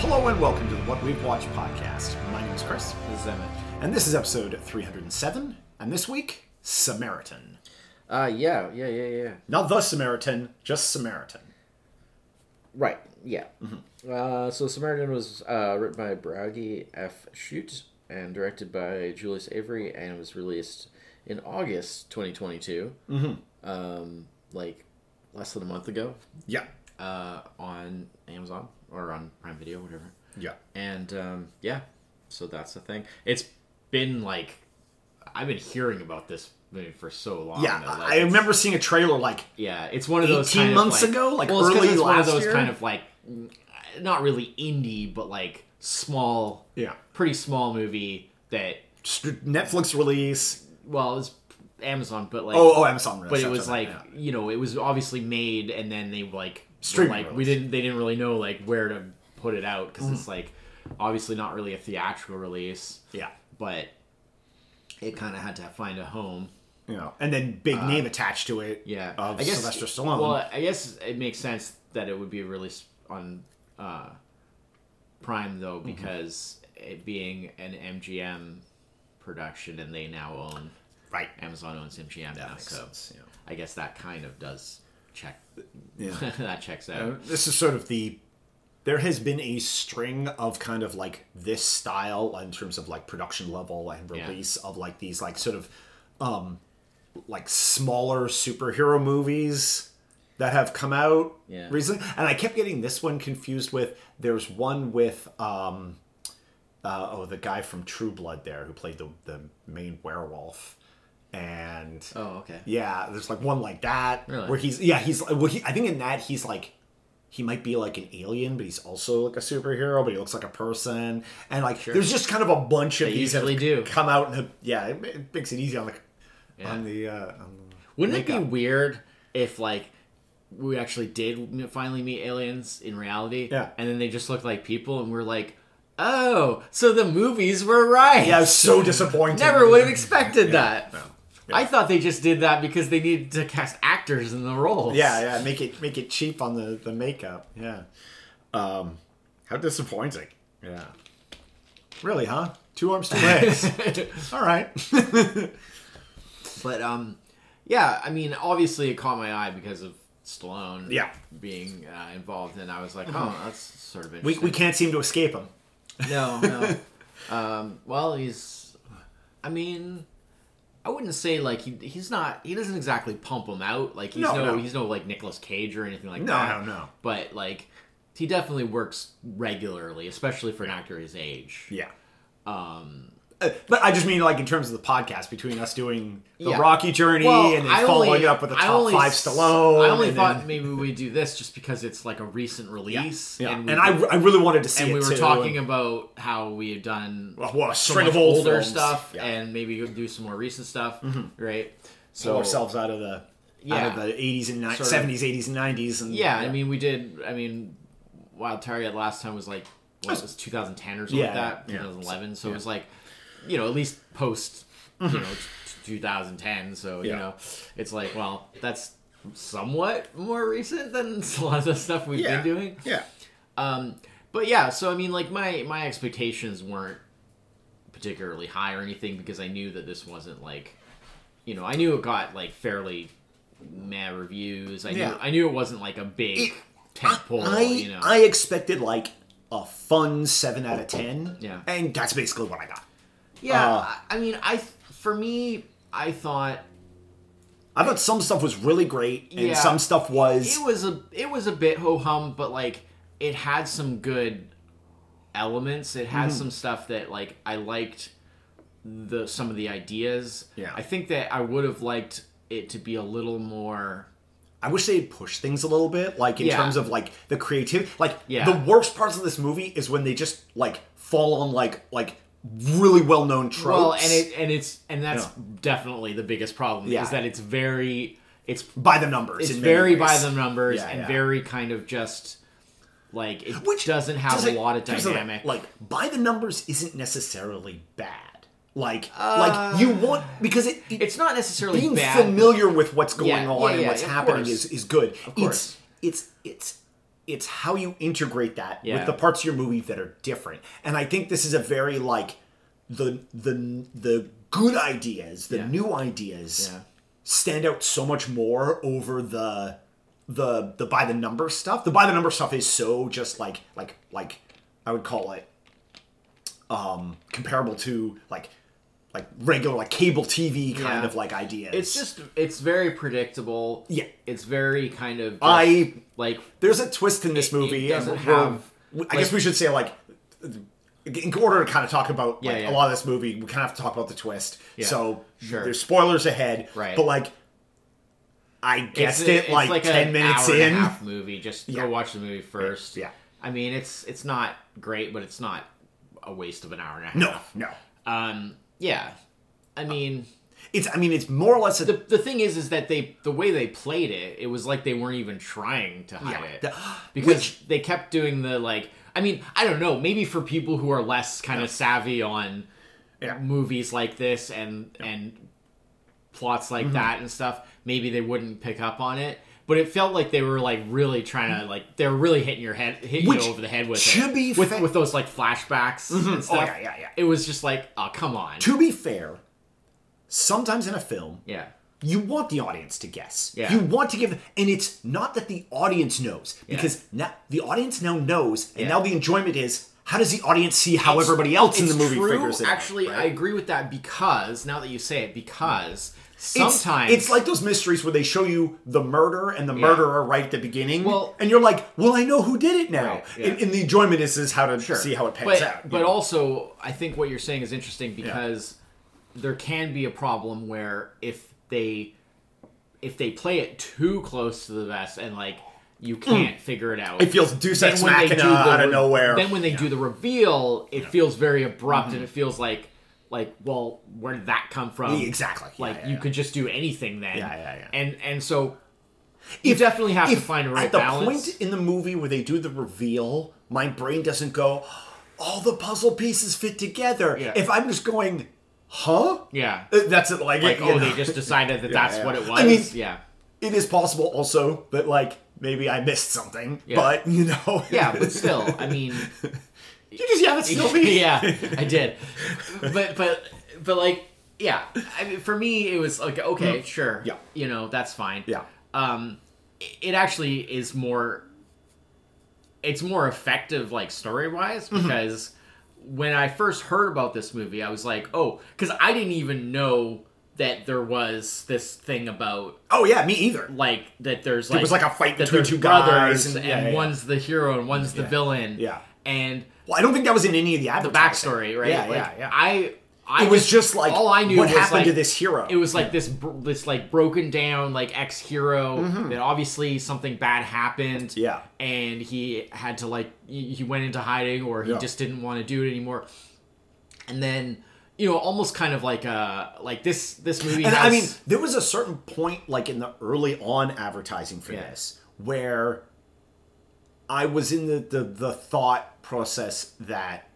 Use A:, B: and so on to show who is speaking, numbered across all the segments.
A: Hello and welcome to the What We've Watched podcast. My name is Chris,
B: This is Emmett.
A: and this is episode 307. And this week, Samaritan.
B: Uh, yeah, yeah, yeah, yeah.
A: Not the Samaritan, just Samaritan.
B: Right, yeah.
A: Mm-hmm.
B: Uh, so Samaritan was uh, written by Bragi F. Shute and directed by Julius Avery, and it was released in August 2022. Mm-hmm. Um, like less than a month ago,
A: Yeah,
B: uh, on Amazon or on Prime Video, whatever.
A: yeah.
B: And um, yeah, so that's the thing. It's been like I've been hearing about this movie for so long.
A: Yeah,
B: that, like,
A: I I
B: it's-
A: remember seeing a trailer like,
B: Yeah, it's one of those
A: 18
B: kind
A: months
B: of like,
A: ago? Like,
B: well, it's 'cause
A: early
B: it's one of
A: last
B: those
A: year?
B: kind of like mm, not really indie, but like small,
A: yeah,
B: pretty small movie that
A: st- Netflix release.
B: well, it's Amazon, but like
A: Oh, oh, Amazon release.
B: but it
A: that's
B: was
A: what I
B: like
A: meant, yeah.
B: you know it was obviously made and then they like
A: Streaming
B: were like we
A: release.
B: didn't they didn't really know like where to put it out because
A: Mm-hmm.
B: it's like obviously not really a theatrical release,
A: Yeah.
B: but it kind of had to find a home.
A: You know, and then big name attached to it.
B: Uh, Yeah,
A: Of
B: I guess
A: Sylvester Stallone.
B: Well, I guess it makes sense that it would be released on uh, Prime though,
A: Mm-hmm.
B: because it being an MGM production, and they now own
A: right.
B: Amazon owns MGM now,
A: makes
B: so
A: sense, yeah.
B: I guess that kind of does check.
A: Yeah. Uh,
B: that checks out.
A: this is sort of the there has been a string of kind of like this style in terms of like production level and
B: Yeah.
A: release of like these like sort of um like smaller superhero movies that have come out
B: Yeah.
A: recently and i kept getting this one confused with there's one with um uh, oh the guy from true blood there who played the the main werewolf and
B: Oh, okay.
A: yeah, there's like one like that
B: Really?
A: where he's yeah he's well, he, I think in that he's like he might be like an alien, but he's also like a superhero, but he looks like a person, and like there's just kind of a bunch of
B: They
A: these that
B: usually
A: have
B: do.
A: come out and have- yeah, it, ma- it makes it easy on like
B: Yeah.
A: on the uh, on the-
B: Wouldn't it
A: makeup.
B: be weird if like we actually did m- finally meet aliens in reality?
A: Yeah.
B: And then they just looked like people, and we're like, oh, so the movies were right.
A: yeah, I was so disappointed.
B: Never would have expected that.
A: no,
B: I thought they just did that because they needed to cast actors in the roles.
A: Yeah, yeah, make it make it cheap on the the makeup. Yeah, um, how disappointing. Yeah, really, huh? Two arms, two legs. All right.
B: But um, yeah. I mean, obviously, it caught my eye because of Stallone.
A: Yeah. Mm-hmm.
B: Being uh, involved, and I was like, oh, that's sort of
A: we
B: interesting.
A: we can't seem to escape him.
B: No, no. um, well, he's. I mean, I wouldn't say like he, he's not. He doesn't exactly pump him out. Like he's
A: No,
B: no,
A: no.
B: he's no like Nicolas Cage or anything like
A: No, no,
B: that.
A: no.
B: But like, he definitely works regularly, especially for an actor his age.
A: Yeah. Um, uh, but I just mean like in terms of the podcast between us doing the
B: Yeah.
A: Rocky journey and then following it up with the
B: I
A: top
B: only
A: five
B: s-
A: Stallone.
B: I only
A: and
B: thought
A: then-
B: maybe we do this just because it's like a recent release,
A: yeah. and,
B: we
A: I,
B: did-
A: I really wanted to see
B: and
A: it
B: we were
A: too,
B: talking
A: and-
B: about how we had done
A: Well, well, a
B: so
A: string
B: much
A: of old
B: older
A: films.
B: stuff
A: Yeah. Mm-hmm.
B: and maybe do some more recent stuff, right?
A: pull
B: So
A: ourselves out of the
B: Yeah.
A: out of the eighties and
B: Sort of-
A: seventies, eighties, and nineties. And
B: yeah, I mean, we did. I mean, Wild Target last time was like what, it was 2010 or something
A: Yeah,
B: like that,
A: yeah. Mm-hmm.
B: 2011. So it was like, you know, at least post, you know, t- 2010. So you
A: Yeah.
B: know, it's like, well, that's somewhat more recent than a lot of the stuff we've
A: yeah,
B: been doing.
A: yeah,
B: Um, but yeah, so I mean, like my my expectations weren't particularly high or anything because I knew that this wasn't like, you know, I knew it got like fairly meh reviews. I
A: Yeah.
B: knew I knew it wasn't like a big
A: It-
B: tentpole.
A: I
B: you know,
A: I expected like a fun seven out of ten.
B: Yeah.
A: and that's basically what I got.
B: yeah.
A: uh,
B: I- I mean, I th- for me, I thought
A: I thought some stuff was really great and
B: Yeah.
A: some stuff was
B: it was a it was a bit ho hum, but like it had some good elements. It had
A: Mm-hmm.
B: some stuff that like I liked the some of the ideas.
A: Yeah.
B: I think that I would have liked it to be a little more.
A: I wish they had pushed things a little bit, like in
B: Yeah.
A: terms of like the creativity. Like
B: Yeah.
A: the worst parts of this movie is when they just like fall on like like really well known tropes.
B: Well, and it and it's and that's
A: Yeah.
B: definitely the biggest problem
A: Yeah.
B: is that it's very it's
A: by the numbers,
B: it's
A: in many
B: very by
A: ways.
B: the numbers
A: Yeah,
B: and
A: yeah.
B: very kind of just like it
A: which
B: doesn't have
A: doesn't-
B: a lot of
A: here's the thing,
B: dynamic.
A: Like by the numbers isn't necessarily bad. Like
B: Uh,
A: like you want because it, it
B: it's not necessarily
A: being
B: bad.
A: familiar with what's going
B: Yeah,
A: on
B: yeah,
A: and
B: yeah,
A: what's
B: of
A: happening is
B: course.
A: is good.
B: course.
A: It's it's it's it's how you integrate that
B: Yeah.
A: with the parts of your movie that are different. And I think this is a very like the the the good ideas, the
B: Yeah.
A: new ideas
B: Yeah.
A: stand out so much more over the the the by the number stuff. The by the number stuff is so just like like like I would call it um comparable to like like regular like cable TV kind
B: Yeah.
A: of like ideas.
B: It's just it's very predictable.
A: Yeah.
B: It's very kind of just,
A: I
B: like
A: there's a twist in this
B: It- it
A: movie, and
B: doesn't
A: we're-
B: have,
A: I guess we should say like, in order to kind of talk about like
B: Yeah, yeah.
A: a lot of this movie, we kind of have to talk about the twist.
B: Yeah,
A: so
B: sure.
A: there's spoilers ahead,
B: Right.
A: But like, I guessed
B: it's,
A: it
B: it's
A: like, ten
B: an
A: minutes
B: hour and a
A: in.
B: half movie. Just
A: Yeah.
B: go watch the movie first.
A: Yeah.
B: I mean, it's it's not great, but it's not a waste of an hour and a half.
A: No, no.
B: Um. Yeah. I mean,
A: It's I mean it's more or less a
B: the the thing is, is that they the way they played it, it was like they weren't even trying to hide
A: Yeah.
B: it
A: The-
B: because
A: which-
B: they kept doing the like. I mean, I don't know. Maybe for people who are less kind of savvy on
A: Yeah.
B: movies like this and and plots
A: Mm-hmm.
B: like that and stuff, maybe they wouldn't pick up on it. But it felt like they were like really trying to like they were really hitting your head, hitting
A: Mm-hmm. Which,
B: you over the head with
A: to
B: it.
A: be
B: with
A: fa-
B: with those like flashbacks and
A: Oh,
B: stuff.
A: yeah, yeah, yeah.
B: It was just like, oh come on,
A: to be fair. Sometimes in a film,
B: yeah,
A: you want the audience to guess.
B: Yeah.
A: You want to give, and it's not that the audience knows because now the audience now knows, and
B: Yeah.
A: now the enjoyment is how does the audience see how everybody else in the
B: It's
A: movie
B: true.
A: figures it out,
B: Actually,
A: right?
B: I agree with that because now that you say it, because sometimes
A: it's, it's like those mysteries where they show you the murder and the murderer right at the beginning,
B: Well-
A: and you're like, well, I know who did it now,
B: Right, yeah.
A: and, and the enjoyment is is how to
B: Sure.
A: see how it pans
B: but,
A: out.
B: But also, I think what you're saying is interesting because there can be a problem where if they if they play it too close to the vest and like you can't figure it out.
A: Hmm. it feels Deus
B: Then
A: Ex
B: when they
A: Machina
B: do the
A: out of
B: re-
A: nowhere. Mm-hmm.
B: Then when they do the reveal, it feels very abrupt and it feels like like well, where did that come from?
A: Yeah, exactly. Yeah,
B: Like
A: yeah,
B: you
A: yeah.
B: could just do anything then.
A: Yeah, yeah, yeah.
B: And and so you definitely have to
A: if
B: find a
A: at
B: right
A: the
B: balance.
A: point in the movie where they do the reveal, my brain doesn't go, all the puzzle pieces fit together.
B: Yeah.
A: If I'm just going, huh?
B: yeah.
A: Uh, That's it. Like,
B: Like,
A: you know.
B: oh, they just decided that that's
A: yeah.
B: what it was.
A: I mean,
B: yeah.
A: it is possible also that like maybe I missed something,
B: Yeah.
A: but you know,
B: Yeah, but still, I mean,
A: you just yeah, it's still me.
B: yeah, I did. But but but like, yeah. I mean, for me, it was like, okay, sure,
A: Mm. Yeah.
B: you know, that's fine.
A: Yeah.
B: Um, i- it actually is more. It's more effective, like story wise,
A: Mm-hmm.
B: because when I first heard about this movie, I was like, oh, because I didn't even know that there was this thing about
A: Oh yeah, me either.
B: like that there's like
A: was like a fight
B: that
A: between
B: there's
A: two
B: brothers
A: guys and-
B: and,
A: yeah, yeah, yeah.
B: one's the hero and one's the villain
A: Yeah.
B: and
A: Well, I don't think that was in any of the
B: the
A: advertising.
B: backstory right
A: Yeah,
B: like,
A: yeah, yeah.
B: I I
A: it was just like
B: all I knew
A: what
B: was,
A: happened to
B: like,
A: this hero.
B: it was like this br- this like broken down like ex hero that obviously something bad happened
A: Mm-hmm. Yeah.
B: and he had to like he he went into hiding or he
A: Yeah.
B: just didn't want to do it anymore and then you know almost kind of like uh like this this movie
A: And I
B: has-
A: mean, there was a certain point, like in the early on advertising for
B: Yeah.
A: this, where I was in the, the the thought process that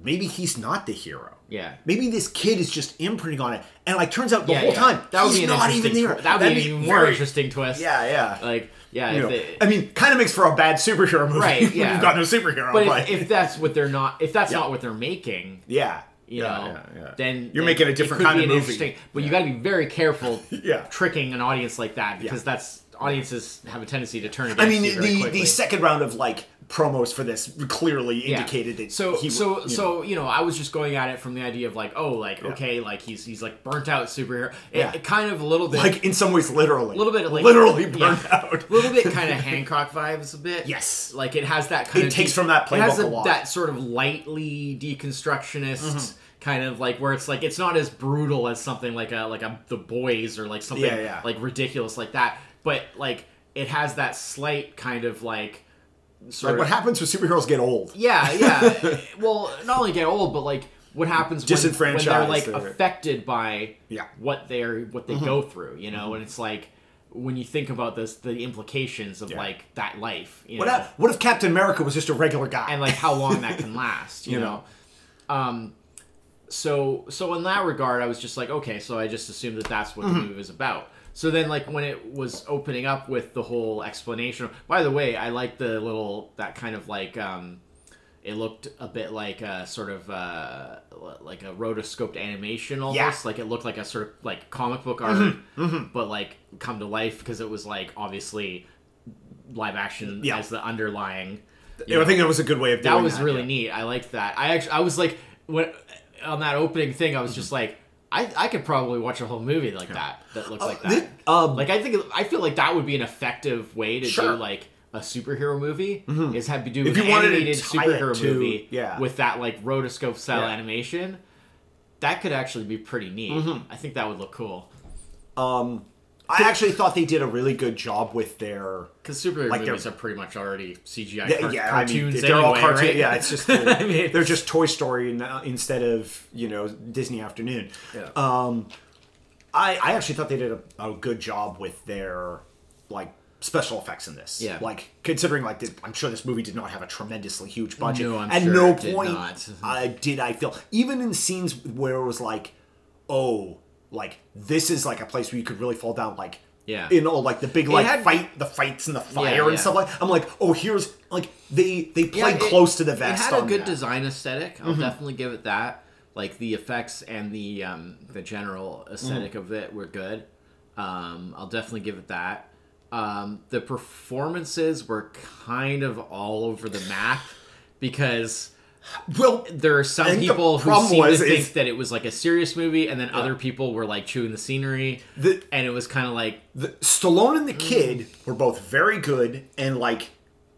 A: maybe he's not the hero.
B: yeah
A: Maybe this kid is just imprinting on it, and like turns out the
B: yeah,
A: whole
B: yeah.
A: time
B: that would
A: he's
B: be an
A: not
B: interesting
A: even there.
B: twi- that would
A: That'd
B: be an even more
A: very-
B: interesting Uh, twist
A: Yeah, yeah.
B: like yeah
A: You
B: if
A: know,
B: they-
A: I mean, kind of makes for a bad superhero movie.
B: Right,
A: when
B: yeah.
A: You've got no superhero,
B: but
A: but,
B: if, if that's what they're not if that's not what they're making
A: yeah,
B: you
A: yeah,
B: know
A: yeah, yeah.
B: then
A: you're
B: then
A: making a
B: it
A: different
B: could
A: kind
B: be
A: of
B: an
A: movie.
B: interesting- but you got to be very careful
A: Yeah.
B: tricking an audience like that because
A: Yeah.
B: that's audiences have a tendency to turn against
A: I mean,
B: you very
A: the,
B: quickly.
A: the second round of like promos for this clearly
B: Yeah.
A: indicated that
B: so
A: he
B: so
A: you know.
B: so you know I was just going at it from the idea of like oh like okay like he's he's like burnt out superhero it,
A: Yeah.
B: it kind of a little bit
A: like in some ways literally, a
B: little bit of, like-
A: literally
B: yeah.
A: burnt out.
B: a little bit kind of Hancock vibes a bit.
A: Yes.
B: like it has that kind
A: It
B: of
A: takes from that
B: it has
A: playbook a lot. Mm-hmm.
B: that sort of lightly deconstructionist kind of like where it's like it's not as brutal as something like a like a The Boys or like something
A: Yeah, yeah.
B: like ridiculous like that, but like it has that slight kind of like sort
A: Like
B: of
A: what happens when superheroes get old?
B: yeah, yeah. well, not only get old, but like what happens when, when they're
A: Disenfranchised
B: like
A: or-
B: affected by
A: Yeah. Mm-hmm.
B: what they're what they go through, you know? And it's like when you think about this, the implications of like that life, you
A: What,
B: know,
A: if- what if Captain America was just a regular guy?
B: and like how long that can last, you
A: Yeah.
B: know? Um,
A: Mm-hmm.
B: so so in that regard, I was just like, okay, so I just assumed that that's what the movie was about. So then, like when it was opening up with the whole explanation. By the way, I like the little that kind of like um, it looked a bit like a sort of uh, like a rotoscoped animation almost.
A: Yeah. Mm-hmm.
B: Like it looked like a sort of like comic book art, but like come to life because it was like obviously live action
A: Yeah.
B: as the underlying.
A: Yeah, I think that was a good way of doing
B: That was really
A: yeah.
B: neat. I liked that. I actually, I was like, when on that opening thing, I was
A: Mm-hmm.
B: just like, I, I could probably watch a whole movie like that. That looks like that.
A: thi- um,
B: like I think, I feel like that would be an effective way to
A: Sure. Mm-hmm.
B: do like a superhero movie is have to do
A: If
B: an
A: you wanted to
B: animated
A: tie it
B: superhero
A: to-
B: movie
A: yeah.
B: with that like rotoscope style
A: Yeah.
B: animation. That could actually be pretty neat.
A: Mm-hmm.
B: I think that would look cool
A: I actually thought they did a really good job with their.
B: because superhero
A: Like they're-
B: movies are pretty much already CGI
A: Yeah,
B: car-
A: yeah, I mean,
B: cartoons.
A: they're all
B: anyway,
A: cartoon-
B: right?
A: yeah, it's just-
B: I mean,
A: They're just Toy Story now, instead of you know Disney Afternoon.
B: yeah.
A: I, I actually thought they did a, a good job with their like special effects in this.
B: Yeah.
A: Like considering like the, I'm sure this movie did not have a tremendously huge budget.
B: No, I'm
A: At
B: sure
A: no
B: it did
A: point
B: not.
A: uh, did I feel even in scenes where it was like, oh, like this is like a place where you could really fall down. Like
B: Yeah.
A: you know, like the big like
B: had-
A: fight, the fights and the fire
B: yeah.
A: and stuff like. I'm like, oh, here's like they they played
B: it-
A: close to the vest.
B: It had a
A: on
B: good
A: that. Mm-hmm.
B: design aesthetic. I'll definitely give it that. Like the effects and the um, the general
A: Mm-hmm.
B: esthetic of it were good. Um, I'll definitely give it that. Um, the performances were kind of all over the map because
A: Well,
B: there are some
A: think the
B: people who
A: problem
B: seem
A: was
B: to
A: is-
B: think that it was like a serious movie, and then other people were like chewing the scenery,
A: The-
B: and it was kind of like
A: the, Stallone and the kid were both very good and like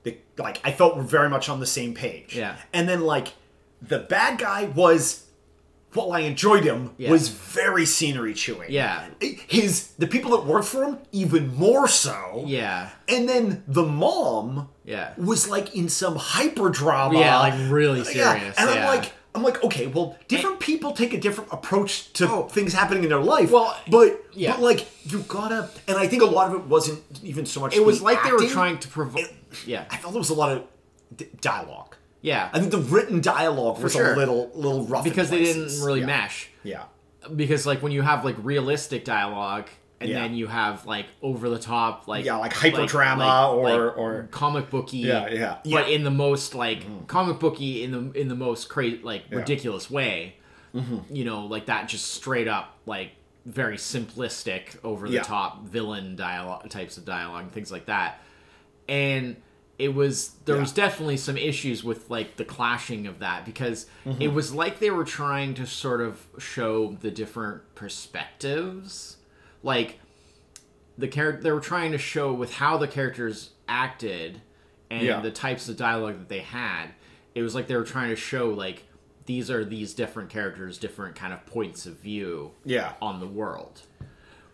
A: the like I felt were very much on the same page.
B: Yeah.
A: And then like the bad guy was while I enjoyed him
B: Yeah.
A: was very scenery chewing.
B: Yeah.
A: His the people that worked for him even more so.
B: yeah,
A: And then the mom
B: Yeah.
A: was like in some hyper drama.
B: yeah, like really serious.
A: Yeah,
B: Yeah,
A: and I'm like I'm like, okay, well, different people take a different approach to things happening in their life.
B: Oh. Well,
A: but
B: yeah.
A: but like you gotta, and I think a lot of it wasn't even so much.
B: it was like they were trying to provoke.
A: It-
B: Yeah,
A: I felt there was a lot of d- dialogue.
B: yeah.
A: I think the written dialogue was
B: sure.
A: a little little rough in
B: because they didn't
A: places.
B: really
A: yeah.
B: mesh.
A: Yeah,
B: Because like when you have like realistic dialogue and
A: Yeah.
B: then you have like over the top like
A: Yeah, like hyperdrama or- or-
B: comic booky
A: Yeah, yeah. Mm.
B: but
A: Yeah.
B: in the most like comic booky in the in the most cra- like ridiculous way you know like that just straight up like very simplistic over the
A: Yeah.
B: top villain dialogue types of dialogue and things like that and it was there was definitely some issues with like the clashing of that because it
A: Mm-hmm.
B: was like they were trying to sort of show the different perspectives like the character they were trying to show with how the characters acted and
A: Yeah.
B: the types of dialogue that they had it was like they were trying to show like these are these different characters different kind of points of view
A: yeah,
B: on the world,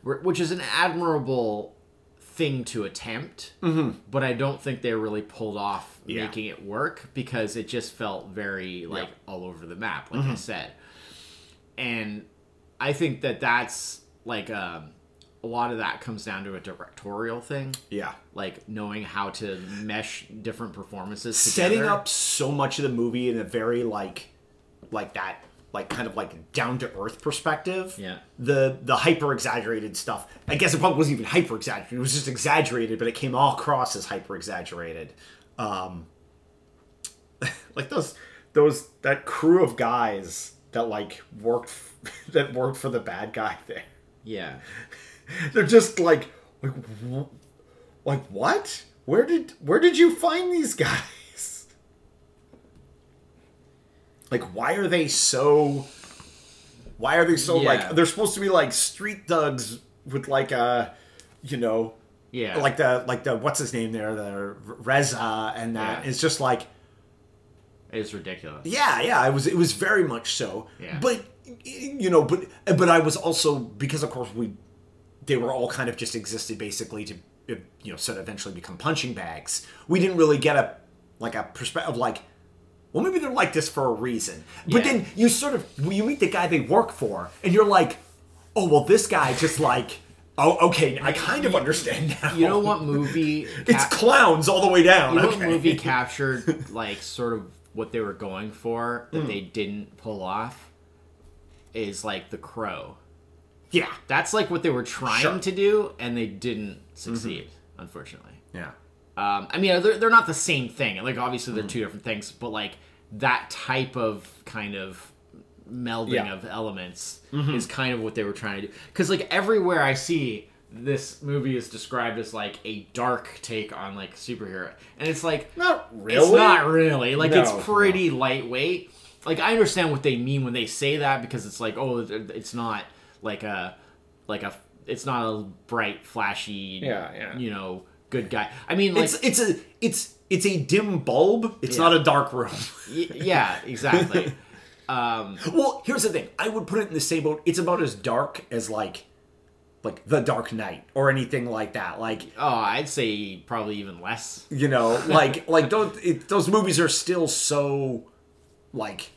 B: wh- which is an admirable thing to attempt. But I don't think they really pulled off
A: Mm-hmm. Yeah.
B: making it work because it just felt very like all over the map,
A: Mm-hmm.
B: like I said. And I think that that's like um, a lot of that comes down to a directorial thing,
A: yeah.
B: like knowing how to mesh different performances, together.
A: setting up so much of the movie in a very like like that like kind of like down to earth perspective.
B: Yeah.
A: The the hyper exaggerated stuff. I guess it probably wasn't even hyper exaggerated. It was just exaggerated, but it came all across as hyper exaggerated. Um like those those that crew of guys that like worked f- that worked for the bad guy there.
B: Yeah,
A: They're just like like wh- like what? Where did where did you find these guys? Like why are they so why are they so
B: Yeah.
A: like they're supposed to be like street thugs with like a you know
B: yeah,
A: like the like the what's his name there the Reza and that
B: Yeah.
A: it's just like
B: it's ridiculous.
A: yeah, yeah, it was it was very much so.
B: Yeah.
A: But you know, but but I was also because of course we they were all kind of just existed basically to you know sort of eventually become punching bags. We didn't really get a like a perspective like well maybe they're like this for a reason. But
B: Yeah.
A: then you sort of when you meet the guy they work for and you're like, "Oh, well this guy just like oh okay, I kind of understand now."
B: You know what movie?
A: It's
B: Cap-
A: clowns all the way down.
B: You know
A: okay.
B: what movie captured like sort of what they were going
A: Hmm.
B: for that they didn't pull off is like The Crow.
A: Yeah.
B: That's like what they were trying
A: Sure. Mm-hmm.
B: to do, and they didn't succeed, unfortunately.
A: Yeah.
B: Um, I mean, they're, they're not the same thing. Like, obviously, they're
A: Hmm.
B: two different things, but like that type of kind of melding
A: Yeah. Mm-hmm.
B: of elements is kind of what they were trying to do. Because, like, everywhere I see this movie is described as like a dark take on like superhero, and it's like,
A: Not
B: it's
A: really.
B: not really. Like
A: No,
B: it's pretty lightweight. Like I understand what they mean when they say that because it's like oh it's not like a like a it's not a bright flashy
C: Yeah, yeah.
B: you know good guy. I mean like
A: It's it's a it's it's a dim bulb. It's
B: Yeah.
A: not a dark room.
B: y- yeah exactly.
A: well, here's the thing. I would put it in the same boat. It's about as dark as like like The Dark Knight or anything like that. Like
B: oh, I'd say probably even less.
A: you know, like like those it, those movies are still so like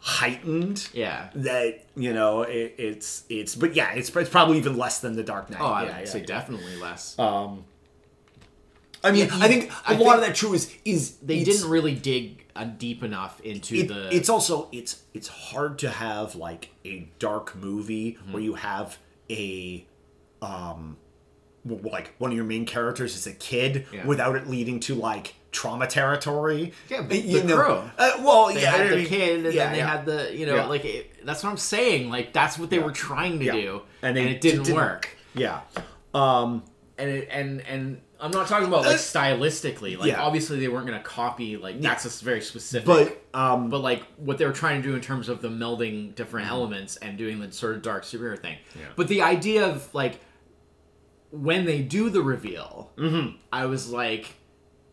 A: heightened.
B: Yeah.
A: That you know it, it's it's but yeah it's, it's probably even less than the Dark Knight.
B: Oh, I
A: yeah,
B: would
A: yeah,
B: say
A: yeah.
B: definitely less.
A: I mean,
B: Yeah,
A: I think a
B: I
A: lot of
B: think
A: that true is is
B: they
A: it's-
B: didn't really dig uh, deep enough into
A: it-
B: the.
A: it's also it's it's hard to have like a dark movie
B: Mm-hmm.
A: where you have a um w- like one of your main characters is a kid
B: Yeah.
A: without it leading to like trauma territory
B: Yeah, but
A: You
B: The
A: know,
B: Crow.
A: uh, well
B: they
A: yeah
B: had
A: I
B: the
A: mean,
B: kid and
A: yeah,
B: then they
A: yeah.
B: had the you know
A: Yeah.
B: like it, that's what i'm saying like that's what they were trying to
A: Yeah.
B: do
A: And
B: and,
A: they
B: it didn't,
A: didn't-
B: work
A: yeah Um,
B: and it, and and i'm not talking about like stylistically like
A: yeah.
B: obviously they weren't gonna copy like that's a s- very specific
A: but um
B: but like what they were trying to do in terms of the melding different
A: Mm-hmm.
B: elements and doing the sort of dark superhero thing but the idea of like when they do the reveal
A: Mm-hmm.
B: i was like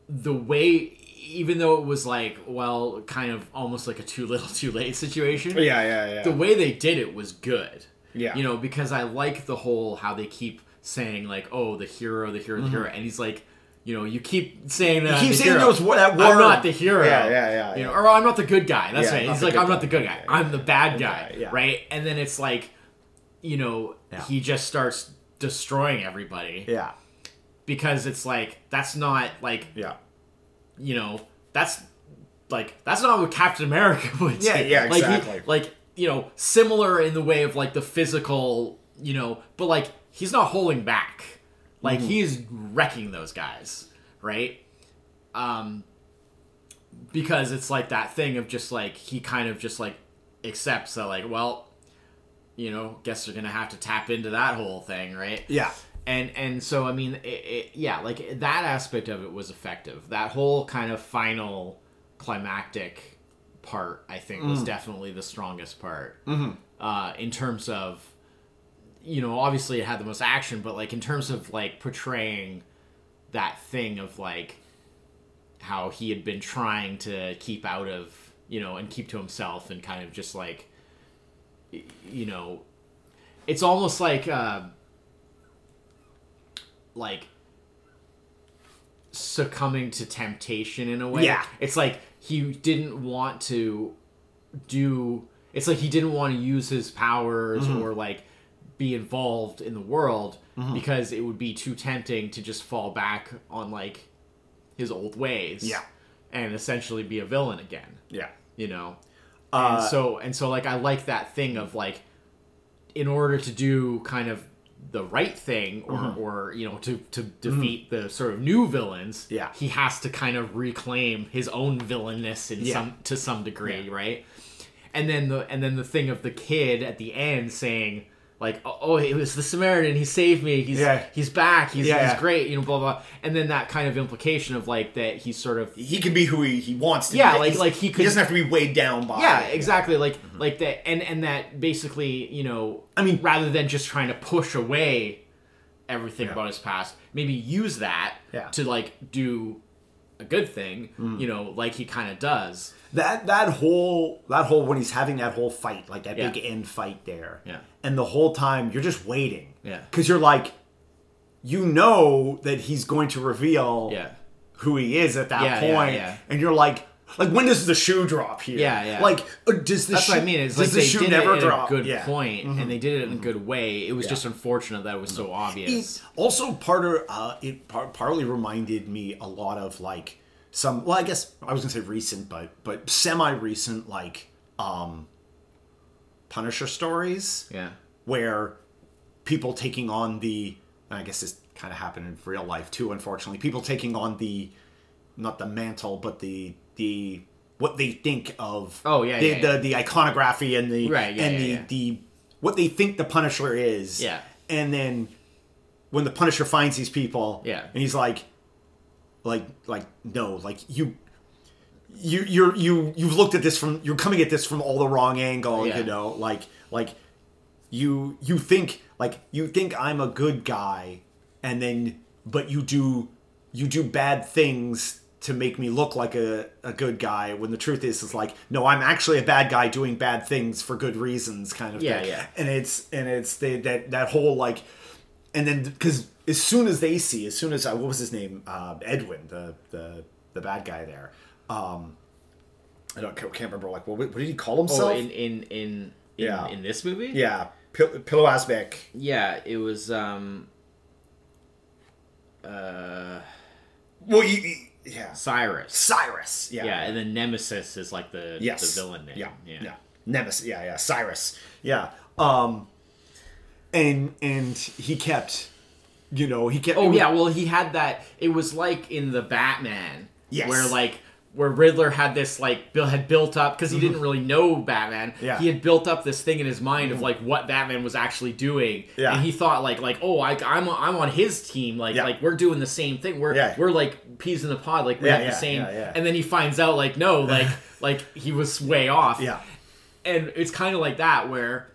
B: the way even though it was like well kind of almost like a too little too late situation
A: yeah yeah yeah
B: the way they did it was good.
A: Yeah.
B: You know, because I like the whole how they keep saying like, "Oh, the hero, the hero, the hero," and he's like, you know, you keep saying that.
A: Mm-hmm. keep
B: the
A: saying
B: hero.
A: those wo- that
B: I'm
A: word."
B: not the hero.
A: Yeah, yeah, yeah,
B: You know,
A: yeah.
B: or I'm not the good guy. That's
A: Yeah,
B: right.
A: not
B: He's
A: the
B: like,
A: good
B: I'm not
A: guy.
B: the good guy.
A: Yeah,
B: I'm the bad guy.
A: yeah.
B: Right. And then it's like, you know,
A: Yeah.
B: he just starts destroying everybody
A: yeah
B: because it's like that's not like
A: yeah
B: you know, that's like that's not what Captain America would
A: Yeah,
B: do.
A: yeah,
B: like, he-
A: exactly.
B: like you know, similar in the way of like the physical, you know, but like he's not holding back. Like
A: Mm-hmm.
B: he is wrecking those guys, right? Um, because it's like that thing of just like he kind of just like accepts that like well, you know, guess you're gonna have to tap into that whole thing, right?
A: yeah
B: and and so i mean it, it, yeah like that aspect of it was effective that whole kind of final climactic part i think was definitely the strongest part uh, in terms of you know obviously it had the most action but like in terms of like portraying that thing of like how he had been trying to keep out of you know and keep to himself and kind of just like y- you know it's almost like uh, like succumbing to temptation in a way
A: Yeah.
B: it's like he didn't want to do it's like he didn't want to use his powers or like be involved in the world because it would be too tempting to just fall back on like his old ways
A: Yeah.
B: and essentially be a villain again
A: yeah
B: you know
A: Uh,
B: and so and so like i like that thing of like in order to do kind of the right thing or
A: Mm-hmm.
B: or you know to to defeat the sort of new villains
A: Yeah.
B: he has to kind of reclaim his own villainness in
A: Yeah.
B: some to some degree right and then the and then the thing of the kid at the end saying like oh, oh, it was the samaritan he saved me he's
A: Yeah.
B: he's back he's,
A: Yeah,
B: he's
A: yeah.
B: great you know blah blah and then that kind of implication of like that he's sort of
A: he can be who he, he wants to
B: Yeah,
A: be.
B: like- like he could-
A: have to be weighed down by
B: yeah exactly like like that and and that basically you know
A: Mm-hmm. I mean-
B: rather than just trying to push away everything about his past maybe use that
A: Yeah. Mm.
B: to like do a good thing you know like he kind of does
A: that that whole that whole when he's having that whole fight like that
B: Yeah.
A: big end fight there
B: Yeah.
A: and the whole time you're just waiting
B: Yeah.
A: because you're like you know that he's going to reveal
B: yeah
A: who he is at that
B: Yeah, yeah,
A: point.
B: yeah.
A: and you're like like when does the shoe drop here
B: Yeah, yeah.
A: like uh, does the
B: that's
A: shoe
B: what I mean. It's like
A: does
B: they
A: the shoe
B: did
A: never
B: it at
A: drop
B: a good
A: yeah. Mm-hmm.
B: point, and they did it in a good way. It was just unfortunate that it was so obvious.
A: It- also, part of uh, it par- partly reminded me a lot of like some. Well, I guess I was gonna say recent, but but semi recent like um Punisher stories
B: Yeah,
A: where people taking on the and I guess this kind of happened in real life too, unfortunately. People taking on the not the mantle, but the the what they think of
B: Oh, yeah,
A: the
B: yeah,
A: the,
B: yeah.
A: the iconography and the
B: Right, yeah,
A: and
B: yeah,
A: the
B: yeah.
A: the what they think the Punisher is
B: Yeah.
A: and then when the Punisher finds these people
B: Yeah.
A: and he's like like like no like you you you're you you've looked at this from you're coming at this from all the wrong angle
B: Yeah.
A: you know like like you you think like you think I'm a good guy and then but you do you do bad things to make me look like a, a good guy when the truth is is like no I'm actually a bad guy doing bad things for good reasons kind of
B: Yeah,
A: thing.
B: yeah.
A: and it's and it's they, that that whole like and then because as soon as they see as soon as uh, what was his name uh, Edwin the the the bad guy there um I don't can't remember like what, what did he call
C: Oh,
A: himself
C: in in in in,
A: Yeah.
C: in this movie?
A: yeah Pil- pillow Asbeck
C: Yeah, it was um uh
A: well you, you, yeah
C: Cyrus.
A: Cyrus. Yeah.
C: Yeah. and then Nemesis is like the
A: Yes.
C: the villain name.
A: Yeah. Yeah. Nemesis. Yeah. Yeah. Cyrus. Yeah. Um. And and he kept, you know, he kept.
B: Oh yeah, well he had that. It was like in the Batman,
A: Yes.
B: where like where Riddler had this like Bill had built up because he didn't really know Batman.
A: Mm-hmm. Yeah. Mm-hmm.
B: he had built up this thing in his mind of like what Batman was actually doing.
A: Yeah.
B: and he thought like like oh I, I'm I'm on his team like
A: Yeah.
B: like we're doing the same thing. We're
A: Yeah.
B: we're like peas in the pod. Like we
A: Yeah,
B: have
A: yeah,
B: the same.
A: yeah, yeah.
B: And then he finds out like no like like he was way off
A: Yeah.
B: and it's kind of like that where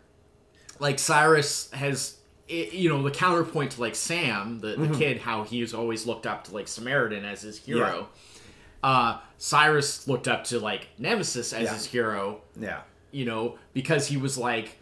B: like cyrus has i- you know the counterpoint to like sam the, the
A: Mm-hmm.
B: kid how he's always looked up to like samaritan as his hero uh cyrus looked up to like nemesis as
A: Yeah.
B: his hero
A: Yeah.
B: you know because he was like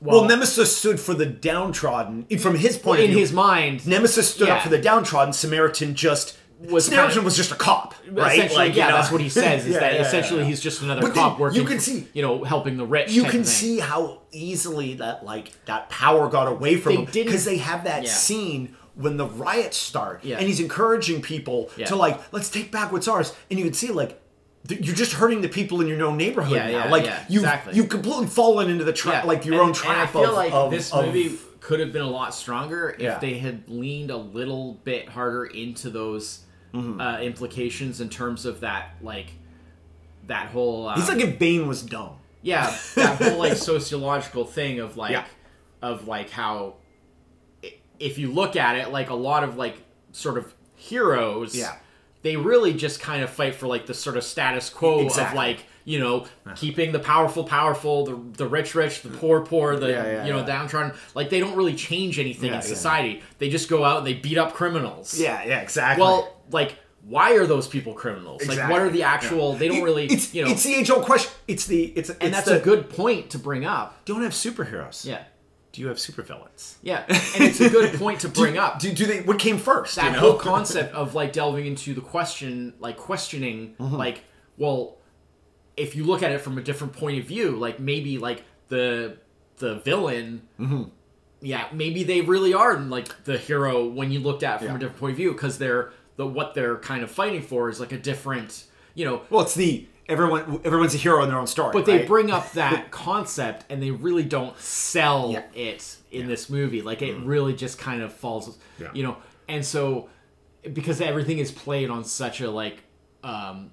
A: Well, Nemesis stood for the downtrodden. From his point
B: in
A: of view,
B: his mind
A: Nemesis stood up
B: Yeah.
A: for the downtrodden. Samaritan just
B: Was
A: Samaritan
B: kinda-
A: was just a cop, right?
B: essentially
A: Like, you
B: yeah
A: know.
B: that's what he says is
A: Yeah,
B: that
A: yeah, yeah,
B: essentially
A: yeah.
B: he's just another
A: But
B: cop
A: then
B: working
A: you can
B: for-
A: see-
B: you know helping the rich
A: you
B: type
A: can
B: of thing.
A: see how easily that like that power got away from
B: They
A: him
B: didn't-
A: because they have that
B: Yeah.
A: scene when the riots start
B: Yeah.
A: and he's encouraging people
B: Yeah.
A: to like let's take back what's ours and you can see like th- you're just hurting the people in your own neighborhood
B: Yeah,
A: now.
B: yeah,
A: like
B: yeah,
A: you've
B: exactly.
A: you've completely fallen into the trap, like your
B: and-
A: own trap.
B: And I feel
A: of,
B: like
A: of-
B: this
A: of-
B: movie could have been a lot stronger if
A: Yeah.
B: they had leaned a little bit harder into those
A: Mm-hmm.
B: uh, implications in terms of that, like that whole. Uh,
A: It's like if Bane was dumb.
B: yeah, that whole like sociological thing of like
A: Yeah.
B: of like how i- if you look at it, like a lot of like sort of heroes,
A: Yeah.
B: they really just kind of fight for like the sort of status quo of
A: Exactly.
B: like you know keeping the powerful powerful, the the rich rich, the poor poor, the
A: Yeah, yeah,
B: you know
A: yeah.
B: downtrodden. Like they don't really change anything
A: Yeah,
B: in
A: yeah.
B: society. They just go out and they beat up criminals.
A: Yeah, yeah, exactly.
B: Well, like why are those people criminals? Like what are
A: Exactly.
B: the actual? They don't really.
A: it's
B: you know,
A: it's the age old question. It's the it's and
B: and that's a good point to bring up.
A: don't have superheroes.
B: Yeah.
A: Do you have supervillains?
B: Yeah. And it's a good point to bring up.
A: Do do they what came first?
B: that
A: you know?
B: whole concept of like delving into the question, like questioning,
A: Mm-hmm.
B: like, well, if you look at it from a different point of view, like maybe like the the villain,
A: Mm-hmm.
B: yeah, maybe they really are like the hero when you looked at it from
A: Yeah.
B: a different point of view because they're the what they're kind of fighting for is like a different, you know,
A: Well, it's the everyone. Everyone's a hero in their own story.
B: But they
A: right?
B: bring up that concept and they really don't sell
A: Yeah. Mm-hmm.
B: it in this movie. Like it really just kind of falls,
A: Yeah.
B: you know. And so because everything is played on such a like um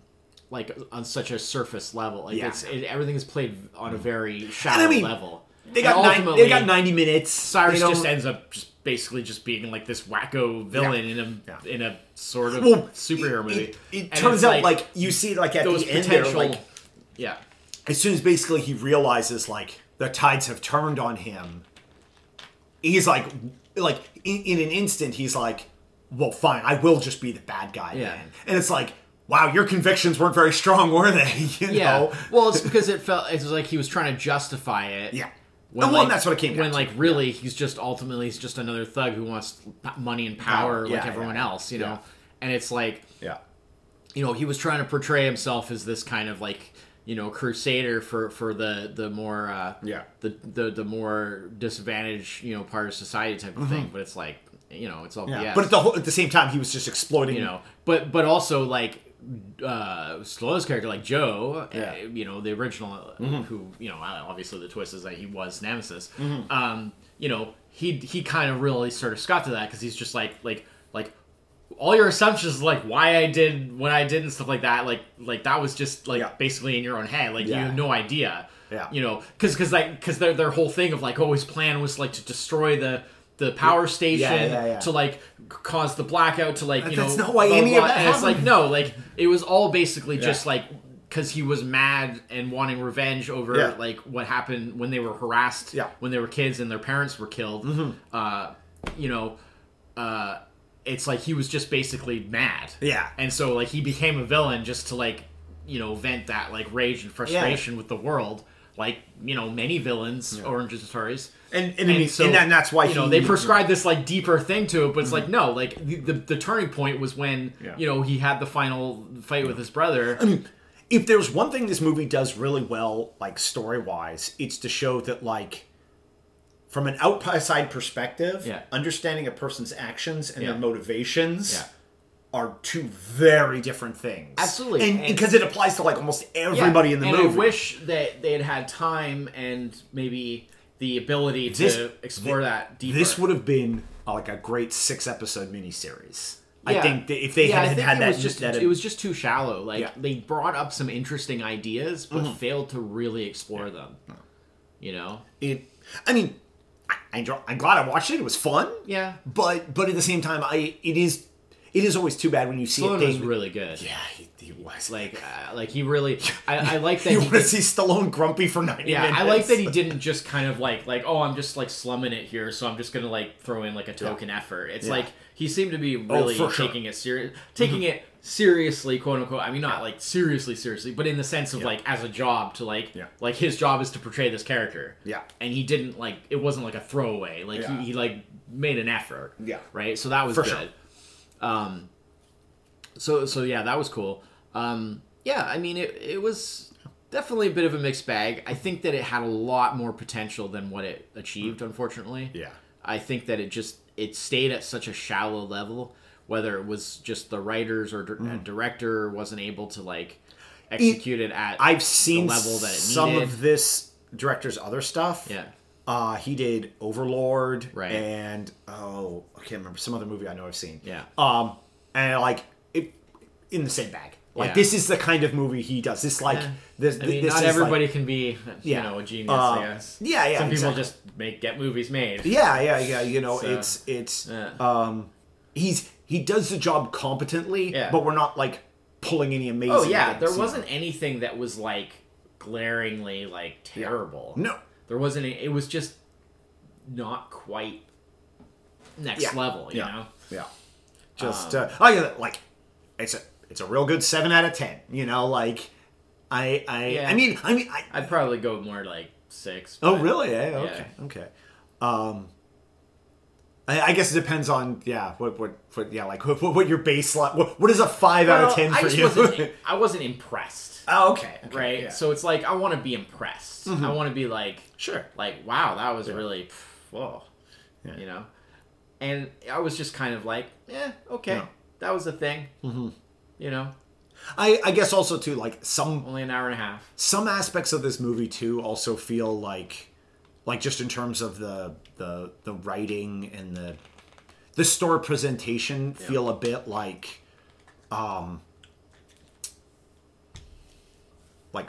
B: like on such a surface level. Like
A: Yeah. Mm-hmm.
B: it's it, everything is played on a very shallow
A: And I mean,
B: level.
A: They
B: And
A: got nine,
B: ultimately,
A: they got ninety minutes.
B: Cyrus
A: you know?
B: just ends up just basically just being like this wacko villain in a
A: Yeah.
B: in a sort of
A: Well,
B: superhero
A: it-
B: movie.
A: It, it
B: And
A: turns
B: it's
A: out like, you see like at
B: those
A: the end there,
B: potential,
A: like
B: yeah.
A: as soon as basically he realizes like the tides have turned on him, he's like like in, in an instant he's like, well, fine, I will just be the bad guy.
B: Yeah.
A: then. and it's like. Wow, your convictions weren't very strong, were they? You
B: Yeah.
A: know?
B: Well, it's because it felt it was like he was trying to justify it.
A: Yeah. Well, and that's what it came down
B: When
A: to.
B: like really, he's just ultimately he's just another thug who wants p- money and power
A: Power.
B: like
A: Yeah,
B: everyone
A: yeah.
B: else, you know.
A: Yeah.
B: And it's like
A: Yeah.
B: you know he was trying to portray himself as this kind of like you know crusader for for the the more uh,
A: Yeah.
B: the, the the more disadvantaged you know part of society type of thing. But it's like you know it's all
A: Mm-hmm. Yeah.
B: BS.
A: Mm-hmm. But at the, whole, at the same time, he was just exploiting.
B: you know, but but also like uh, Stallone's character, like Joe,
A: Yeah. Mm-hmm.
B: uh, you know, the original, uh, who you know, obviously the twist is that he was Nemesis.
A: Mm-hmm.
B: Um, you know, he he kind of really sort of scoffed at that because he's just like like like all your assumptions like why I did what I did and stuff like that like like that was just like
A: Yeah.
B: basically in your own head like you
A: Yeah.
B: have no idea
A: Yeah.
B: you know because because like because their their whole thing of like oh his plan was like to destroy the the power station
A: yeah, yeah.
B: to like c- cause the blackout to like you
A: That's
B: know
A: not why any of that
B: and it's like
A: happened.
B: no like it was all basically just like because he was mad and wanting revenge over
A: Yeah.
B: like what happened when they were harassed
A: Yeah. Mm-hmm.
B: when they were kids and their parents were killed uh you know uh it's like he was just basically mad
A: Yeah.
B: and so like he became a villain just to like you know vent that like rage and frustration with the world like you know many villains orange is the Tories
A: And, and, I mean, and, that- and that's why
B: you know
A: he- Mm-hmm.
B: they prescribed this like deeper thing to it, but it's like no, like the, the the turning point was when
A: Yeah.
B: you know he had the final fight with his brother.
A: if there's one thing this movie does really well, like story wise, it's to show that like from an outside perspective,
B: Yeah.
A: understanding a person's actions and
B: Yeah.
A: their motivations
B: Yeah.
A: are two very different things.
B: Absolutely.
A: And,
B: And-
A: because it applies to like almost everybody in the
B: and
A: movie.
B: I wish that they had had time and maybe the ability to
A: This-
B: explore that deeper.
A: this would have been uh, like a great six episode miniseries. I
B: Yeah.
A: think that if they
B: Yeah, I
A: had
B: think
A: had
B: it
A: that,
B: was just
A: that
B: it was just too shallow. Like
A: Yeah. Mm-hmm.
B: they brought up some interesting ideas, but failed to really explore them. You know?
A: it I mean, I, I enjoy, I'm glad I watched it. It was fun.
B: Yeah.
A: but but at the same time, I it is it is always too bad when you see
B: Stallone
A: a
B: was
A: thing.
B: really good.
A: yeah, he, he was like
B: Like, uh, like he really. I, I like that.
A: you
B: he
A: want to
B: did-
A: see Stallone grumpy for ninety
B: Yeah,
A: minutes.
B: I like that he didn't just kind of like like oh I'm just like slumming it here, so I'm just gonna like throw in like a token effort. It's like he seemed to be really
A: Oh, for sure. Mm-hmm.
B: taking it serious, taking it seriously, quote unquote. I mean, not like seriously, seriously, but in the sense of like as a job to like
A: Yeah.
B: like his job is to portray this character.
A: Yeah.
B: and he didn't like it wasn't like a throwaway. Like
A: Yeah.
B: he, he like made an effort.
A: Yeah.
B: right. So that was
A: For
B: good.
A: sure.
B: Um, so so yeah, that was cool. Um, yeah, I mean it it was definitely a bit of a mixed bag. I think that it had a lot more potential than what it achieved, unfortunately.
A: Mm. Yeah.
B: I think that it just it stayed at such a shallow level. Whether it was just the writers or dir-
A: Mm.
B: director wasn't able to like execute it, at
A: I've seen
B: the level that it
A: some
B: needed.
A: of this director's other stuff.
B: yeah.
A: Uh, he did Overlord,
B: Right.
A: And oh, I can't remember some other movie I know I've seen.
B: Yeah.
A: Um, and like it in the same bag. Like
B: Yeah.
A: this is the kind of movie he does. This like
B: Yeah.
A: this.
B: I mean,
A: this is,
B: not
A: like-
B: everybody can be, you
A: Yeah.
B: know, a genius.
A: Uh,
B: I guess.
A: yeah, yeah,
B: Some people
A: exactly.
B: just make get movies made.
A: Yeah, yeah, yeah. You know,
B: So,
A: it's it's
B: yeah.
A: um he's he does the job competently,
B: Yeah.
A: but we're not like pulling any amazing.
B: Oh yeah,
A: things,
B: there
A: you know.
B: wasn't anything that was like glaringly like terrible.
A: No.
B: there wasn't. any- It was just not quite next
A: Yeah.
B: level. You
A: Yeah.
B: know. Um,
A: Yeah. Just uh, I get it, like it's a it's a real good seven out of ten. You know, like I I
B: Yeah.
A: I mean I mean I,
B: I'd probably go more like six.
A: oh
B: but-
A: really eh? okay okay um. I I guess it depends on yeah what what, what yeah like what, what your baseline what, what is a five out
B: Well,
A: of ten
B: I
A: for
B: just
A: you?
B: wasn't. I wasn't impressed.
A: oh, okay, okay,
B: right.
A: yeah. Mm-hmm.
B: So it's like I want to be impressed. I want to be like
A: sure.
B: like wow that was really pff, whoa you know and i was just kind of like eh, okay
A: Yeah.
B: that was a thing mm-hmm. you know
A: I I guess also too like some
B: only an hour and a half
A: some aspects of this movie too also feel like like just in terms of the the the writing and the the story presentation feel a bit like um like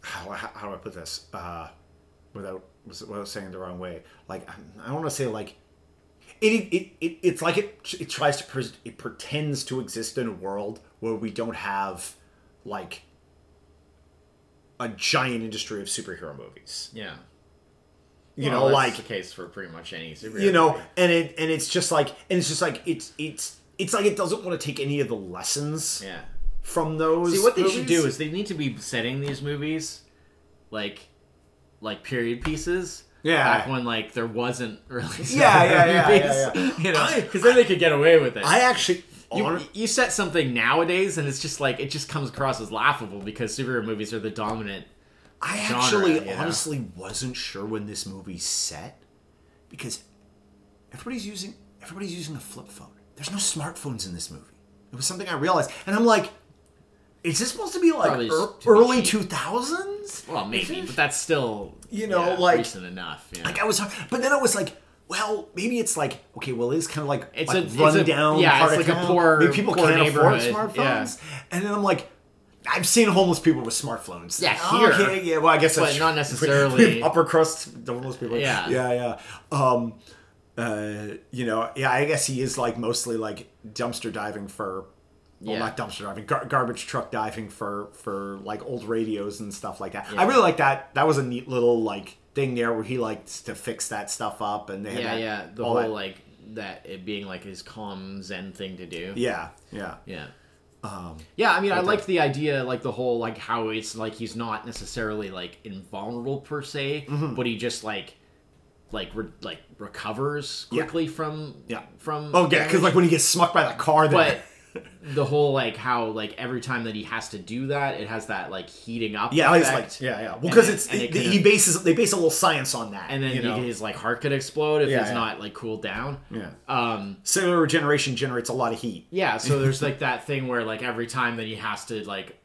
A: how, how how do I put this uh without without saying it the wrong way like I- I want to say like it, it, it it's like it it tries to pres it pretends to exist in a world where we don't have like a giant industry of superhero movies
B: yeah
A: you
B: Well,
A: know
B: that's
A: like
B: the case for pretty much any superhero
A: you know
B: movie.
A: and it and it's just like and it's just like it's it's it's like it doesn't want to take any of the lessons
B: yeah
A: from those
B: see what they should
A: movies.
B: do is they need to be setting these movies like like period pieces
A: Yeah.
B: back when like there wasn't really
A: Yeah, yeah, yeah, yeah,
B: movies, you know
A: I-
B: because then they could get away with it
A: i actually
B: You,
A: hon-
B: you set something nowadays, and it's just like it just comes across as laughable because superhero movies are the dominant.
A: I
B: genre,
A: actually
B: you know?
A: honestly wasn't sure when this movie's set because everybody's using everybody's using a flip phone. There's no smartphones in this movie. It was something I realized, and I'm like, is this supposed to be like
B: Probably
A: ear-
B: just too
A: early
B: cheap.
A: two thousands?
B: Well, maybe, but that's still
A: You know,
B: yeah,
A: like-
B: recent enough. Yeah.
A: Like I was, but then I was like, well, maybe it's like okay, well, it's kind of like
B: It's
A: like
B: a- it's a-
A: rundown.
B: yeah,
A: part
B: it's
A: of
B: like a
A: town.
B: poor-
A: Maybe people
B: poor
A: can't afford
B: neighborhood,
A: smartphones,
B: yeah.
A: and then I'm like. I've seen homeless people with smartphones.
B: Yeah,
A: Oh,
B: here.
A: Okay, yeah, well, I guess that's
B: But not
A: true.
B: necessarily-
A: upper crust homeless people.
B: Yeah.
A: yeah, yeah. Um, uh, you know, yeah. I guess he is like mostly like dumpster diving for, well,
B: Yeah.
A: not dumpster diving, gar- garbage truck diving for for like old radios and stuff like that. I really like that. That was a neat little like thing there where he likes to fix that stuff up and they had
B: yeah,
A: that-
B: yeah. The
A: all
B: whole
A: that-
B: like that it being like his calm zen thing to do.
A: yeah, yeah,
B: Yeah.
A: Um,
B: yeah, I mean, I liked the idea, like the whole, like how it's like he's not necessarily like invulnerable per se,
A: Mm-hmm.
B: but he just like, like, re- like recovers
A: Yeah.
B: quickly from,
A: Yeah.
B: from.
A: Oh yeah, because
B: damage.
A: like when he gets smucked by that car, then
B: but the whole like how like every time that he has to do that, it has that like heating up.
A: yeah, he's like
B: effect.
A: yeah, yeah. Well, because
B: then-
A: it's
B: and it
A: they-
B: could've-
A: he bases they base a little science on that,
B: and then
A: you
B: he-
A: know?
B: his like heart could explode if
A: Yeah,
B: it's
A: yeah.
B: not like cooled down.
A: yeah,
B: Um,
A: cellular regeneration generates a lot of heat.
B: Yeah, so there's like that thing where like every time that he has to like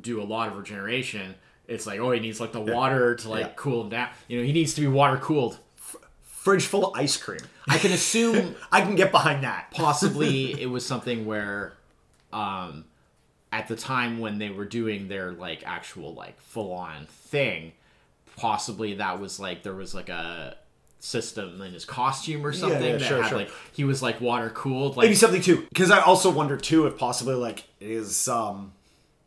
B: do a lot of regeneration, it's like oh he needs like the water to like
A: Yeah.
B: cool him down. You know he needs to be water cooled.
A: Fridge full of ice cream.
B: I can assume
A: I can get behind that.
B: possibly it was something where, um, at the time when they were doing their like actual like full on thing, possibly that was like there was like a system in his costume or something
A: yeah,
B: that
A: sure,
B: had
A: sure.
B: like he was like water cooled like
A: maybe something too because i also wonder too if possibly like is um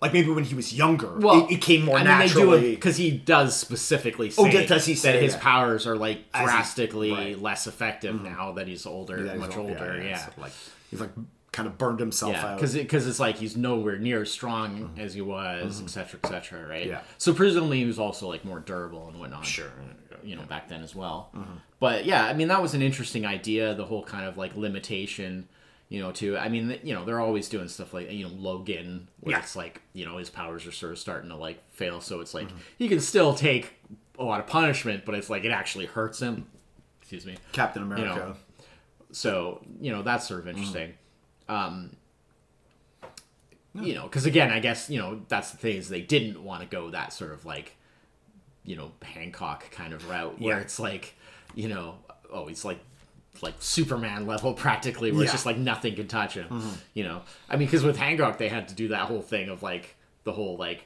A: like maybe when he was younger it, it came more
B: I mean,
A: naturally Oh,
B: because he does specifically say
A: does- does he
B: that
A: say
B: his
A: that?
B: powers are like
A: he-
B: drastically
A: right. Mm-hmm.
B: less effective now that he's older,
A: Yeah, he's
B: much
A: old- yeah,
B: older,
A: yeah,
B: yeah,
A: so, like he's like kind of burned himself
B: yeah,
A: out
B: because because it's like he's nowhere near as strong as he was, et cetera, et cetera, right?
A: Mm-hmm. Yeah.
B: So presumably he was also like more durable and whatnot.
A: Sure.
B: You know, back then as well. But yeah, I mean that was an interesting idea. The whole kind of like limitation, you know, to I mean, you know, they're always doing stuff like you know Logan, where
A: Yeah.
B: it's like you know his powers are sort of starting to like fail, so it's like he can still take a lot of punishment, but it's like it actually hurts him. Excuse me.
A: captain america
B: know. So you know that's sort of
A: Mm-hmm.
B: interesting. Um, You know, because again, I guess you know that's the thing is they didn't want to go that sort of like, you know, Hancock kind of route where
A: Yeah.
B: it's like, you know, oh, he's like like Superman level practically, where it's
A: Yeah. Mm-hmm.
B: just like nothing can touch him. You know, I mean, because with Hancock they had to do that whole thing of like the whole like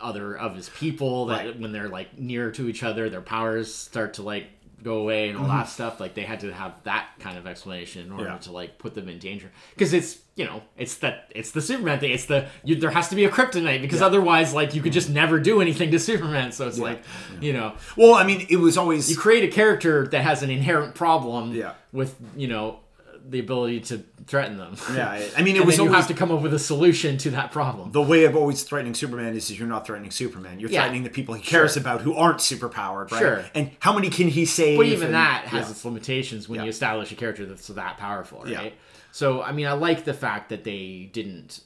B: other of his people that
A: Right.
B: when they're like near to each other their powers start to like go away and all that stuff like they had to have that kind of explanation in order
A: Mm-hmm. Yeah.
B: to like put them in danger because it's you know it's that it's the superman thing it's the you, there has to be a kryptonite because otherwise like you could
A: Mm-hmm.
B: just never do anything to superman so it's like you know
A: well i mean it was always
B: you create a character that has an inherent problem
A: Yeah.
B: with you know the ability to threaten them
A: yeah I- i mean it
B: and
A: was
B: then you
A: always
B: have to come up with a solution to that problem
A: the way of always threatening Superman is that you're not threatening Superman. You're
B: Yeah.
A: threatening the people he cares about who aren't superpowered, right?
B: Sure.
A: And how many can he save?
B: But even
A: and-
B: that has
A: yeah.
B: its limitations when
A: Yeah.
B: you establish a character that's that powerful, right?
A: Yeah.
B: So I mean, I like the fact that they didn't,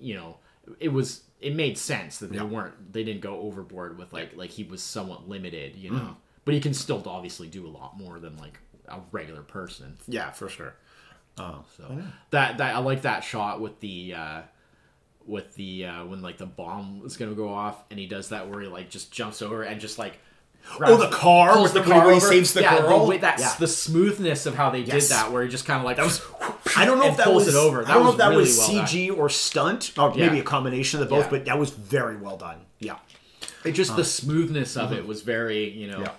B: you know, it was it made sense that they weren't they didn't go overboard with like like he was somewhat limited, you
A: Mm.
B: know. But he can still obviously do a lot more than like a regular person.
A: Yeah, Oh, for sure.
B: So that that I like that shot with the uh with the uh when like the bomb is gonna go off and he does that where he like just jumps over and just like
A: Oh,
B: grabs-
A: the car
B: pulls
A: with the,
B: the
A: car
B: car
A: where he
B: over.
A: saves the
B: yeah,
A: girl.
B: The, way- that's
A: Yeah.
B: the smoothness of how they
A: Yes.
B: did that, where he just kind of like that was.
A: I don't know
B: and
A: if that
B: pulls
A: was
B: it
A: I
B: over. That
A: don't know
B: was
A: if that
B: really
A: was
B: well done. Oh,
A: CG or stunt, or
B: Yeah.
A: maybe a combination of the both.
B: Yeah.
A: But that was very well done. Yeah,
B: It just the smoothness of it was very, you know.
A: Uh-huh.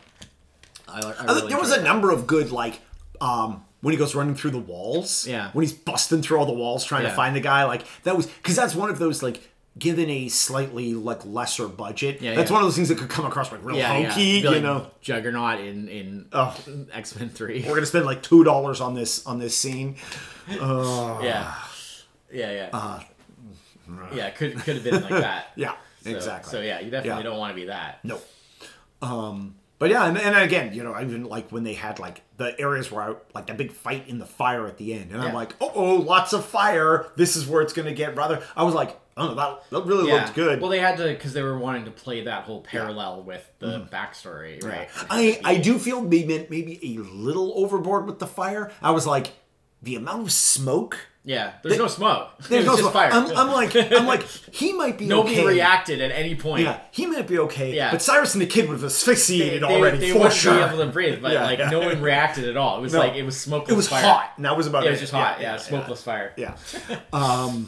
A: Mm-hmm. Yeah.
B: I, I
A: Uh,
B: really
A: there was a
B: enjoyed that.
A: number of good like um, when he goes running through the walls.
B: Yeah.
A: when he's busting through all the walls trying to
B: Yeah.
A: find the guy. Like that was because that's one of those like given a slightly like lesser budget.
B: Yeah,
A: that's
B: yeah.
A: one of those things that could come across like real hokey.
B: Be
A: You
B: like
A: know,
B: Juggernaut in in
A: Oh.
B: X Men Three.
A: we're gonna spend like two dollars on this on this scene.
B: Yeah, yeah, yeah. yeah, could could have been like that.
A: Uh, Yeah,
B: So-
A: exactly.
B: So yeah, you definitely
A: Yeah.
B: don't want to be that.
A: No. Um, but yeah, and, and again, you know, I even like when they had like the areas where I like that big fight in the fire at the end, and I'm
B: Yeah.
A: like, oh, oh, lots of fire. This is where it's gonna get rather. I was like, oh, that that really looked good.
B: Well, they had to because they were wanting to play that whole parallel with the backstory, right?
A: Mm-hmm. I I do feel they meant maybe a little overboard with the fire. I was like, the amount of smoke
B: Yeah, there's no smoke.
A: There's
B: It
A: no
B: was just
A: smoke.
B: fire.
A: I'm, I'm like, I'm like, he might be
B: Nobody
A: okay.
B: reacted at any point.
A: Yeah, he might be okay.
B: Yeah.
A: but Cyrus and the kid would have asphyxiated
B: They-
A: already
B: they
A: for
B: wouldn't
A: sure.
B: be able to breathe, but
A: Yeah,
B: like
A: yeah.
B: no one reacted at all. It was
A: No.
B: like it was smokeless.
A: it was
B: fire.
A: hot, and that was about
B: Yeah,
A: it.
B: it was just hot. Yeah, smokeless fire.
A: Yeah. Um,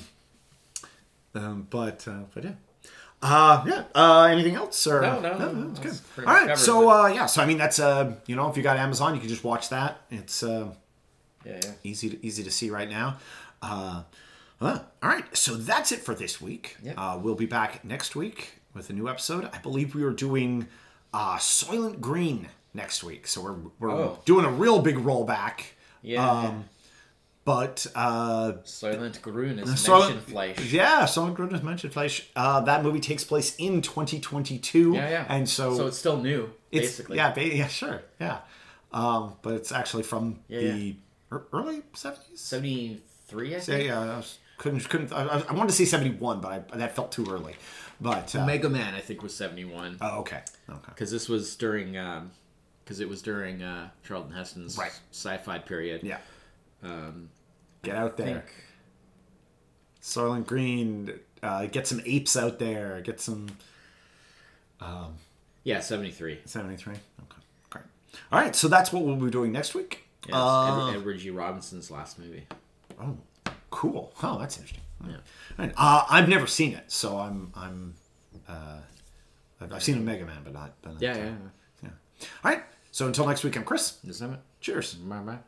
A: um, but uh, but yeah. Uh, yeah. Uh, anything else? Or
B: No, no, no,
A: it's
B: that's
A: good.
B: pretty
A: All
B: much
A: right.
B: covers
A: So
B: it.
A: uh, yeah. So I mean, that's uh, you know, if you got Amazon, you can just watch that. It's uh,
B: Yeah, yeah.
A: easy to, easy to see right now. Uh, huh. all right, so that's it for this week.
B: Yeah.
A: Uh, we'll be back next week with a new episode. I believe we are doing uh, Soylent Green next week, so we're we're
B: Oh.
A: doing a real big rollback.
B: Yeah.
A: Um, But uh,
B: Soylent Green is
A: Soylent-
B: mentioned flesh.
A: yeah, Soylent Green is mentioned. Flash. Uh, that movie takes place in 2022.
B: Yeah, yeah.
A: And so,
B: so it's still new,
A: it's-
B: basically.
A: yeah, ba- yeah, sure, yeah. Um, but it's actually from the
B: yeah.
A: ear- early 70s.
B: seventy three.
A: Yeah,
B: I think.
A: yeah. I was, couldn't, couldn't. I, I- I wanted to say seventy-one, but I, that felt too early. But uh,
B: Mega Man, I think, was seventy one.
A: oh, okay, okay.
B: because this was during because it was during uh, Charlton Heston's
A: Right.
B: sci-fi period.
A: Yeah. Um,
B: Um,
A: Get out there, Soylent Green. Uh, get some apes out there. Get some
B: yeah, seventy three.
A: seventy-three. Okay, great. All right, so that's what we'll be doing next week.
B: Yeah,
A: Uh,
B: it's Edward, Edward G. Robinson's last movie.
A: oh, cool. Oh, that's interesting.
B: Yeah.
A: All right. Uh, I've never seen it, so I'm I'm. Uh, I've, I've seen a Mega Man, but not. But not
B: Yeah,
A: uh,
B: yeah.
A: yeah. All right. So until next week, I'm Chris.
B: Is that it?
A: Cheers.
B: Bye bye.